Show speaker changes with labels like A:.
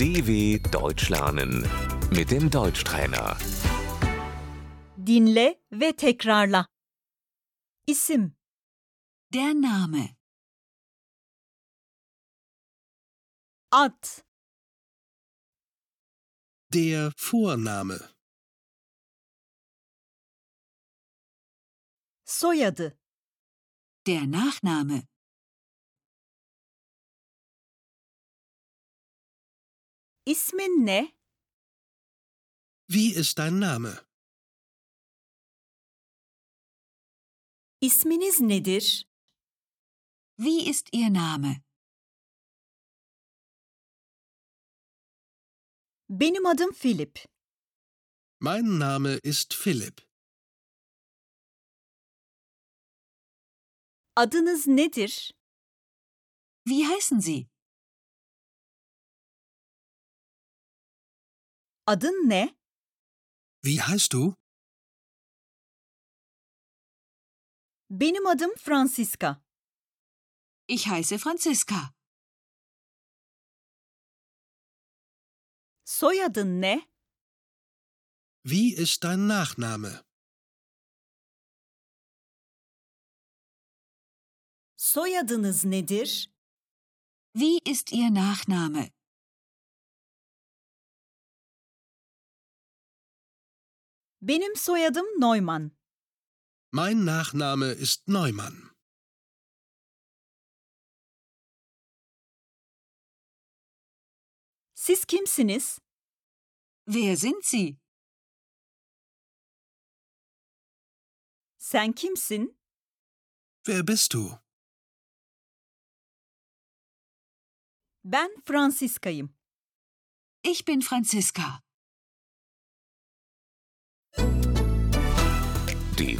A: DW Deutsch lernen mit dem Deutschtrainer.
B: Dinle ve tekrarla. İsim,
C: Der Name,
B: ad,
D: Der Vorname.
B: soyadı,
C: der Nachname,
B: ismin ne,
D: Wie ist dein Name?
B: isminiz nedir,
C: wie ist Ihr Name?
B: benim adım Filip,
D: Mein Name ist Philipp.
B: adınız nedir,
C: Wie heißen Sie?
B: adın ne,
D: Wie heißt du?
B: benim adım Franziska,
C: Ich heiße Franziska.
B: soyadın ne,
D: Wie ist dein Nachname?
B: soyadınız nedir,
C: Wie ist Ihr Nachname?
B: benim soyadım Neumann,
D: Mein Nachname ist Neumann.
B: siz kimsiniz,
C: Wer sind Sie?
B: sen kimsin,
D: Wer bist du?
B: ben Franziska'yım.
C: Ich bin Franziska.